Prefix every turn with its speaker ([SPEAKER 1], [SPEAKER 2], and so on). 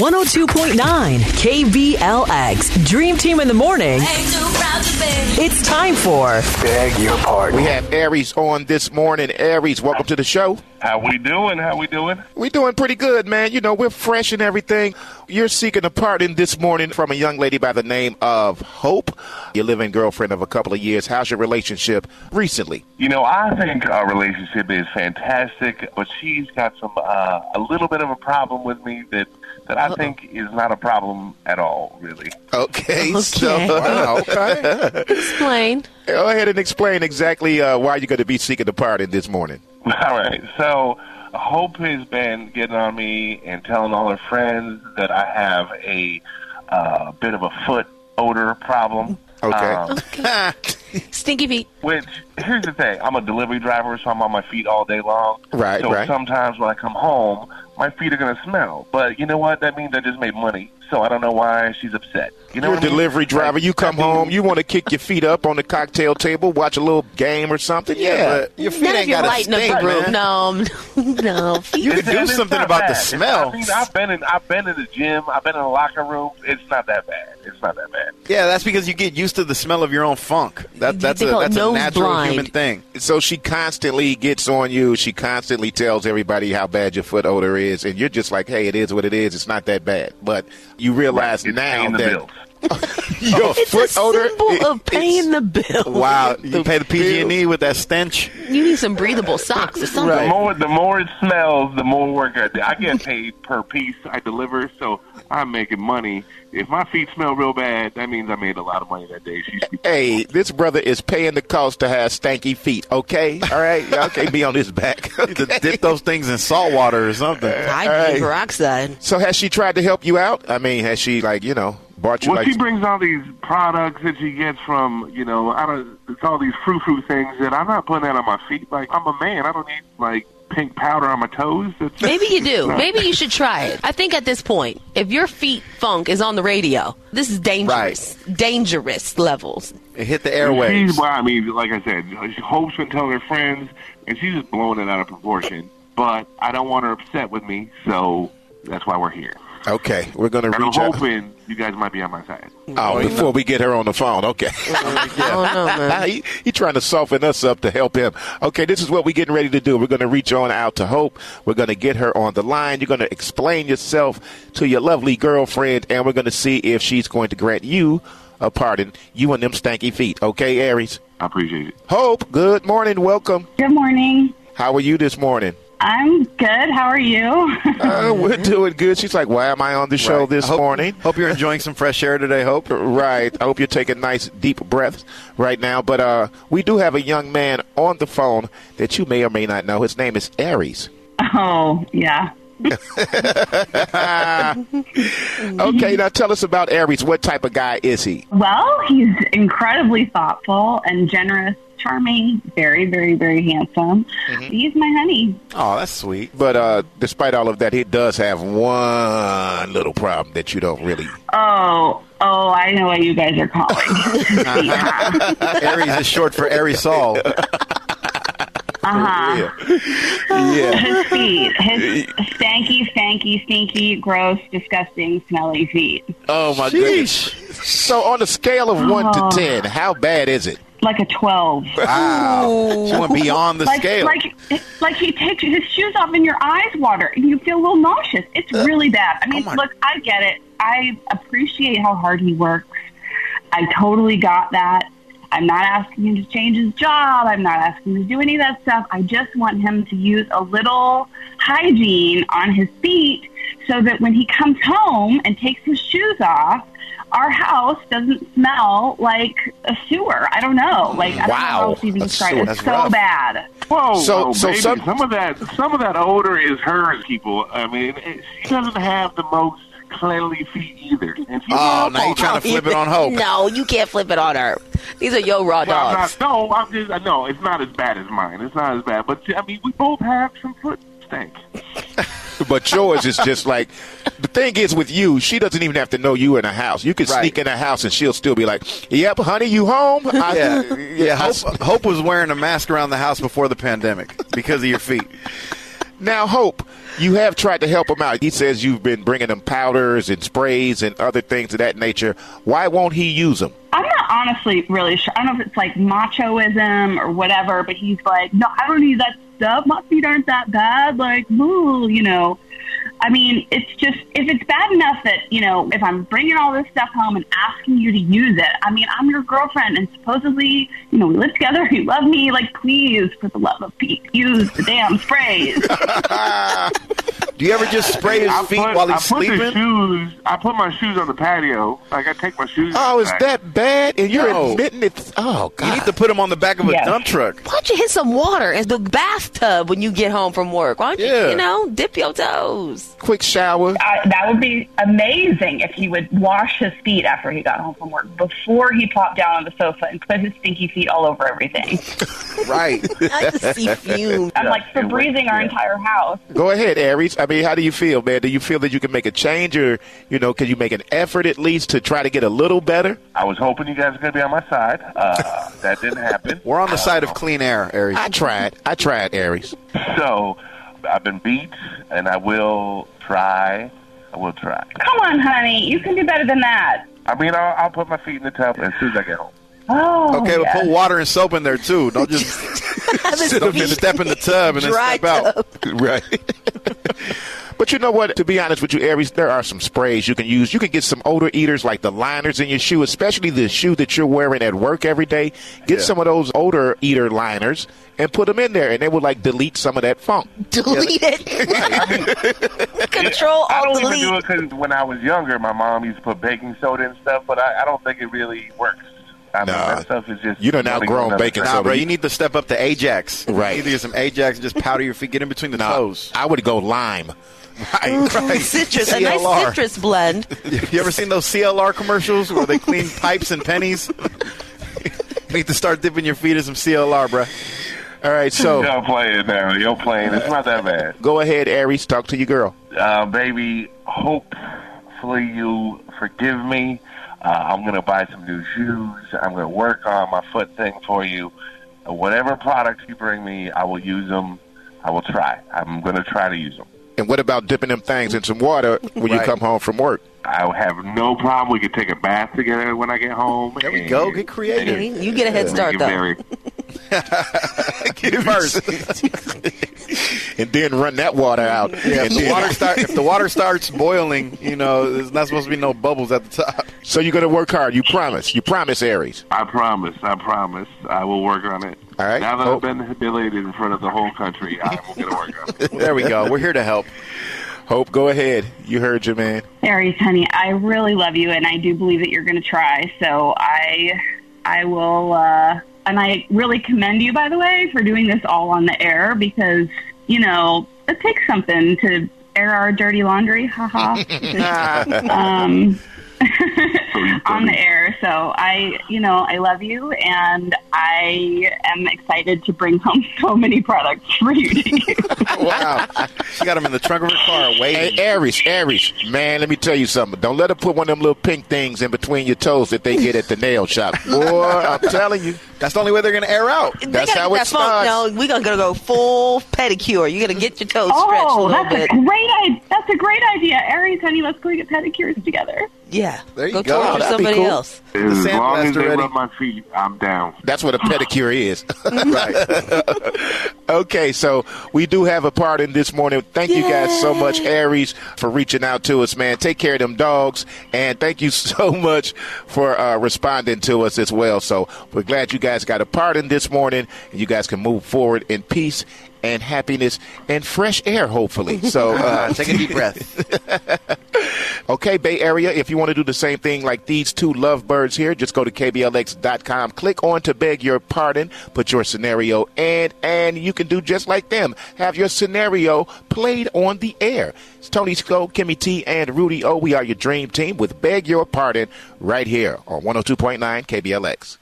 [SPEAKER 1] 102.9 KBLX. Dream Team in the morning. It's time for
[SPEAKER 2] Beg your pardon.
[SPEAKER 3] We have Aries on this morning. Aries, welcome to the show.
[SPEAKER 4] How we doing? How we doing?
[SPEAKER 3] We're doing pretty good, man. You know, we're fresh and everything. You're seeking a pardon this morning from a young lady by the name of Hope, your living girlfriend of a couple of years. How's your relationship recently?
[SPEAKER 4] You know, I think our relationship is fantastic, but she's got some uh, a little bit of a problem with me that that I think is not a problem at all, really.
[SPEAKER 3] Okay,
[SPEAKER 5] Okay.
[SPEAKER 3] so
[SPEAKER 2] Wow, okay.
[SPEAKER 5] Explain.
[SPEAKER 3] go ahead and explain exactly uh, why you're going to be seeking a pardon this morning.
[SPEAKER 4] All right. So Hope has been getting on me and telling all her friends that I have a uh, bit of a foot odor problem.
[SPEAKER 3] Okay.
[SPEAKER 4] Um,
[SPEAKER 5] Stinky feet.
[SPEAKER 4] Which here's the thing, I'm a delivery driver, so I'm on my feet all day long.
[SPEAKER 3] Right,
[SPEAKER 4] So
[SPEAKER 3] right.
[SPEAKER 4] sometimes when I come home, my feet are gonna smell. But you know what? That means I just made money. So I don't know why she's upset. You know
[SPEAKER 3] You're a
[SPEAKER 4] what I mean?
[SPEAKER 3] delivery driver.
[SPEAKER 4] Like,
[SPEAKER 3] You come
[SPEAKER 4] I mean,
[SPEAKER 3] home, you want to kick your feet up on the cocktail table, watch a little game or something.
[SPEAKER 2] Yeah,
[SPEAKER 3] Yeah.
[SPEAKER 2] but your feet
[SPEAKER 5] None of
[SPEAKER 2] ain't
[SPEAKER 5] you
[SPEAKER 2] got a
[SPEAKER 5] lighten up
[SPEAKER 2] stink,
[SPEAKER 5] the
[SPEAKER 2] man.
[SPEAKER 5] room. No, no.
[SPEAKER 2] You
[SPEAKER 4] it's-
[SPEAKER 2] could do
[SPEAKER 4] it's
[SPEAKER 2] something
[SPEAKER 4] not
[SPEAKER 2] about
[SPEAKER 4] bad.
[SPEAKER 2] the
[SPEAKER 4] It's-
[SPEAKER 2] smell.
[SPEAKER 4] I mean, I've been in I've been in the gym, I've been in the locker room. It's not that bad. It's not that bad.
[SPEAKER 2] Yeah, that's because you get used to the smell of your own funk. That, that's a,
[SPEAKER 5] They call it
[SPEAKER 2] that's a
[SPEAKER 5] nose
[SPEAKER 2] natural
[SPEAKER 5] blind.
[SPEAKER 2] human thing.
[SPEAKER 3] So she constantly gets on you. She constantly tells everybody how bad your foot odor is, and you're just like, "Hey, it is what it is. It's not that bad." But you realize
[SPEAKER 4] It's
[SPEAKER 3] now
[SPEAKER 4] paying the
[SPEAKER 3] that
[SPEAKER 4] bills.
[SPEAKER 3] your
[SPEAKER 5] It's
[SPEAKER 3] foot
[SPEAKER 5] a
[SPEAKER 3] odor.
[SPEAKER 5] symbol
[SPEAKER 3] it-
[SPEAKER 5] of paying
[SPEAKER 3] it's-
[SPEAKER 5] the bill.
[SPEAKER 2] Wow, you pay the PG&E
[SPEAKER 3] bills.
[SPEAKER 2] E with that stench.
[SPEAKER 5] You need some breathable socks or something.
[SPEAKER 4] The more the more it smells, the more work I do. I get paid per piece I deliver, so I'm making money. If my feet smell real bad, that means I made a lot of money that day. She should be
[SPEAKER 3] Hey, this brother is paying the cost to have stanky feet. Okay, all right, y'all can't be on his back.
[SPEAKER 2] You could dip those things in salt water or something.
[SPEAKER 4] Uh,
[SPEAKER 5] I'd be peroxide.
[SPEAKER 3] So has she tried to help you out? I mean, has she like you know bought you
[SPEAKER 4] Well,
[SPEAKER 3] like
[SPEAKER 4] she brings all these products that she gets from, you know, I don't, it's all these frou frou things that I'm not putting that on my feet. Like, I'm a man. I don't need, like, pink powder on my toes. That's
[SPEAKER 5] Maybe you do. Maybe you should try it. I think at this point, if your feet funk is on the radio, this is dangerous. Dangerous levels.
[SPEAKER 2] It hit the
[SPEAKER 4] She's
[SPEAKER 2] airwaves.
[SPEAKER 4] why, I mean, like I said, she hopes and telling her friends, and she's just blowing it out of proportion. But I don't want her upset with me, so that's why we're here.
[SPEAKER 3] okay, we're gonna
[SPEAKER 4] And I'm
[SPEAKER 3] reach out.
[SPEAKER 4] hoping you guys might be on my side.
[SPEAKER 3] Oh, before we get her on the phone, okay.
[SPEAKER 5] I don't know, man.
[SPEAKER 3] he, he trying to soften us up to help him. Okay, this is what we're getting ready to do. We're going to reach on out to Hope. We're going to get her on the line. You're going to explain yourself to your lovely girlfriend, and we're going to see if she's going to grant you a pardon. You and them stanky feet, okay, Aries?
[SPEAKER 4] I appreciate it.
[SPEAKER 3] Hope, good morning. Welcome.
[SPEAKER 6] Good morning.
[SPEAKER 3] How are you this morning?
[SPEAKER 6] I'm good. How are you?
[SPEAKER 3] Uh, we're doing good. She's like, why am I on the show
[SPEAKER 2] Right.
[SPEAKER 3] this
[SPEAKER 2] I hope-
[SPEAKER 3] morning?
[SPEAKER 2] Hope you're enjoying some fresh air today, Hope.
[SPEAKER 3] Right. I hope you're taking nice deep breaths right now. But uh, we do have a young man on the phone that you may or may not know. His name is Aries.
[SPEAKER 6] oh, yeah.
[SPEAKER 3] Okay, now tell us about Aries. What type of guy is he?
[SPEAKER 6] Well, he's incredibly thoughtful and generous, charming, very, very, very handsome. He's my honey.
[SPEAKER 2] Oh, that's sweet.
[SPEAKER 3] But uh, despite all of that, he does have one little problem that you don't really.
[SPEAKER 6] Oh, oh, I know what you guys are calling.
[SPEAKER 2] Aries is short for Aries Saul.
[SPEAKER 6] Uh-huh.
[SPEAKER 3] Yeah.
[SPEAKER 6] His feet. His stanky, stanky, stinky, gross, disgusting, smelly feet.
[SPEAKER 3] Oh my goodness. So on a scale of one
[SPEAKER 6] Oh.
[SPEAKER 3] to ten, how bad is it?
[SPEAKER 6] Like a 12.
[SPEAKER 2] Wow. She went beyond the
[SPEAKER 6] Like,
[SPEAKER 2] scale.
[SPEAKER 6] like, like he takes his shoes off and your eyes water and you feel a little nauseous. It's really bad. I mean,
[SPEAKER 2] my-
[SPEAKER 6] look, I get it. I appreciate how hard he works. I totally got that. I'm not asking him to change his job. I'm not asking him to do any of that stuff. I just want him to use a little hygiene on his feet so that when he comes home and takes his shoes off, our house doesn't smell like a sewer. I don't know. Like I don't know how
[SPEAKER 3] Wow.
[SPEAKER 6] else to even
[SPEAKER 3] A
[SPEAKER 6] describe
[SPEAKER 3] sewer.
[SPEAKER 6] it.
[SPEAKER 3] That's
[SPEAKER 6] It's so
[SPEAKER 3] rough.
[SPEAKER 6] bad.
[SPEAKER 4] Whoa,
[SPEAKER 3] So-
[SPEAKER 4] whoa,
[SPEAKER 3] so
[SPEAKER 4] baby,
[SPEAKER 3] some-
[SPEAKER 4] some, of that some of that odor is hers, people. I mean, it, she doesn't have the most cleanly feet either. And she's
[SPEAKER 2] Oh, now you're trying to flip it on Hope.
[SPEAKER 5] No, you can't flip it on her. These are your raw
[SPEAKER 4] Well, I'm
[SPEAKER 5] dogs.
[SPEAKER 4] not- no, I'm just no. It's not as bad as mine. It's not as bad, but I mean, we both have some foot stink.
[SPEAKER 3] But yours is just like the thing is with you. She doesn't even have to know you in a house. You can
[SPEAKER 2] Right.
[SPEAKER 3] sneak in a house and she'll still be like, "Yep, honey, you home?" I,
[SPEAKER 2] Yeah, yeah. Hope, Hope was wearing a mask around the house before the pandemic because of your feet.
[SPEAKER 3] Now, Hope, you have tried to help him out. He says you've been bringing him powders and sprays and other things of that nature. Why won't he use them?
[SPEAKER 6] I'm not honestly really sure. I don't know if it's like machoism or whatever, but he's like, no, I don't need that stuff. My feet aren't that bad. Like, woo, you know. I mean, it's just, if it's bad enough that, you know, if I'm bringing all this stuff home and asking you to use it, I mean, I'm your girlfriend and supposedly, you know, we live together, you love me. Like, please, for the love of Pete, use the damn sprays.
[SPEAKER 2] Do you ever just spray his
[SPEAKER 4] I
[SPEAKER 2] feet
[SPEAKER 4] put,
[SPEAKER 2] while
[SPEAKER 4] I
[SPEAKER 2] he's
[SPEAKER 4] put the
[SPEAKER 2] sleeping?
[SPEAKER 4] shoes. I put my shoes on the patio. Like I take my shoes.
[SPEAKER 3] Oh, is
[SPEAKER 4] back.
[SPEAKER 3] that bad? And you're
[SPEAKER 2] No.
[SPEAKER 3] admitting it's. Oh,
[SPEAKER 2] You
[SPEAKER 3] God.
[SPEAKER 2] need to put him on the back of a
[SPEAKER 6] Yes.
[SPEAKER 2] dump truck.
[SPEAKER 5] Why don't you hit some water in the bathtub when you get home from work? Why don't you,
[SPEAKER 2] Yeah.
[SPEAKER 5] you know, dip your toes?
[SPEAKER 3] Quick shower.
[SPEAKER 6] I, that would be amazing if he would wash his feet after he got home from work before he plopped down on the sofa and put his stinky feet all over everything.
[SPEAKER 2] Right.
[SPEAKER 5] I just see fumes.
[SPEAKER 6] I'm like
[SPEAKER 4] it would,
[SPEAKER 6] Febrezing our
[SPEAKER 4] yeah.
[SPEAKER 6] entire house.
[SPEAKER 3] Go ahead, Aries. I mean, how do you feel, man? Do you feel that you can make a change or, you know, can you make an effort at least to try to get a little better?
[SPEAKER 4] I was hoping you guys were gonna be on my side. Uh, that didn't happen.
[SPEAKER 2] We're on the side of clean air, Aries.
[SPEAKER 3] I tried. I tried, Aries.
[SPEAKER 4] So I've been beat, and I will try. I will try.
[SPEAKER 6] Come on, honey, you can do better than that.
[SPEAKER 4] I mean, I'll, I'll put my feet in the tub as soon as I get home.
[SPEAKER 6] Oh,
[SPEAKER 2] Okay,
[SPEAKER 6] yes.
[SPEAKER 2] but put water and soap in there too. Don't just don't just step in the tub and then
[SPEAKER 5] Dry
[SPEAKER 2] step out.
[SPEAKER 3] Right. but you know what? To be honest with you, Aries, there are some sprays you can use. You can get some odor eaters like the liners in your shoe, especially the shoe that you're wearing at work every day. Get some of those odor eater liners and put them in there, and they will like delete some of that funk.
[SPEAKER 5] Delete it. Control
[SPEAKER 4] I
[SPEAKER 5] Alt
[SPEAKER 4] don't even do
[SPEAKER 5] Delete.
[SPEAKER 4] it because when I was younger, my mom used to put baking soda and stuff, but I, I don't think it really works. I mean,
[SPEAKER 3] Nah.
[SPEAKER 4] that stuff is just
[SPEAKER 3] You done outgrown
[SPEAKER 4] another
[SPEAKER 3] baking
[SPEAKER 4] crap.
[SPEAKER 2] Nah,
[SPEAKER 3] soda.
[SPEAKER 2] bro, you need to step up to Ajax.
[SPEAKER 3] Right.
[SPEAKER 2] You need to get some Ajax and just powder your feet. Get in between the toes.
[SPEAKER 3] I would go lime.
[SPEAKER 5] Citrus, a nice
[SPEAKER 2] CLR.
[SPEAKER 5] citrus blend.
[SPEAKER 2] You ever seen those CLR commercials where they clean pipes and pennies? you need to start dipping your feet in some CLR, bro.
[SPEAKER 3] All right, so
[SPEAKER 4] You're playing now. You're playing. It's not that bad.
[SPEAKER 3] go ahead, Aries, talk to your girl.
[SPEAKER 4] Uh, baby, hopefully you forgive me. Uh, I'm going to buy some new shoes. I'm going to work on my foot thing for you. Whatever products you bring me, I will use them. I will try. I'm going to try to use them.
[SPEAKER 3] And what about dipping them things in some water when you
[SPEAKER 2] Right.
[SPEAKER 3] come home from work?
[SPEAKER 4] I have no problem. We can take a bath together when I get home.
[SPEAKER 2] There we go. Get creative.
[SPEAKER 5] You get a head start, though.
[SPEAKER 2] Get first.
[SPEAKER 3] and then run that water out.
[SPEAKER 2] Yeah,
[SPEAKER 3] and
[SPEAKER 2] if the
[SPEAKER 3] then-
[SPEAKER 2] water start if the water starts boiling, you know, there's not supposed to be no bubbles at the top.
[SPEAKER 3] so you're going to work hard. You promise. You promise, Aries.
[SPEAKER 4] I promise. I promise. I will work on it.
[SPEAKER 3] All right.
[SPEAKER 4] Now that
[SPEAKER 3] Oh.
[SPEAKER 4] I've been humiliated in front of the whole country, I'm going to work on it.
[SPEAKER 2] There we go. We're here to help.
[SPEAKER 3] Hope, go ahead. You heard your man.
[SPEAKER 6] Aries, honey, I really love you, and I do believe that you're going to try. So I, I will, uh, and I really commend you, by the way, for doing this all on the air because you know it takes something to air our dirty laundry. Ha ha. um, on the air. So I, you know, I love you, and I am excited to bring home so many products for you to use.
[SPEAKER 2] Wow. She got him in the trunk of her car
[SPEAKER 3] Hey,
[SPEAKER 2] waiting.
[SPEAKER 3] Aries, Aries, man, let me tell you something. Don't let her put one of them little pink things in between your toes that they get at the nail shop. Boy, I'm telling you.
[SPEAKER 2] That's the only way they're gonna air out.
[SPEAKER 5] They
[SPEAKER 3] That's
[SPEAKER 5] gotta
[SPEAKER 3] how
[SPEAKER 5] get
[SPEAKER 3] it
[SPEAKER 5] that funk.
[SPEAKER 3] starts.
[SPEAKER 5] No, we're gonna go full pedicure. You're gonna get your toes stretched a
[SPEAKER 6] Oh,
[SPEAKER 5] little
[SPEAKER 6] that's
[SPEAKER 5] bit.
[SPEAKER 6] a great idea. That's a great idea, Aries, honey. Let's go get pedicures together.
[SPEAKER 5] Yeah.
[SPEAKER 2] There you
[SPEAKER 5] go
[SPEAKER 2] go.
[SPEAKER 5] torture
[SPEAKER 2] That'd be
[SPEAKER 5] somebody
[SPEAKER 2] cool.
[SPEAKER 5] else.
[SPEAKER 4] As
[SPEAKER 2] sand
[SPEAKER 4] long as
[SPEAKER 2] blaster
[SPEAKER 4] they
[SPEAKER 2] ready.
[SPEAKER 4] rub my feet, I'm down.
[SPEAKER 3] That's what a pedicure is.
[SPEAKER 2] right.
[SPEAKER 3] okay, so we do have a part in this morning. Thank you guys so much, Aries, for reaching out to us, man. Take care of them dogs, and thank you so much for uh, responding to us as well. So we're glad you guys got a part in this morning, and you guys can move forward in peace and happiness and fresh air, hopefully. So. Uh,
[SPEAKER 2] Uh, take a deep breath.
[SPEAKER 3] Okay, Bay Area, if you want to do the same thing like these two lovebirds here, just go to KBLX.com, click on to beg your pardon, put your scenario in, and you can do just like them. Have your scenario played on the air. It's Tony Sco, Kimmy T, and Rudy oh O. We are your dream team with Beg Your Pardon right here on 102.9 KBLX.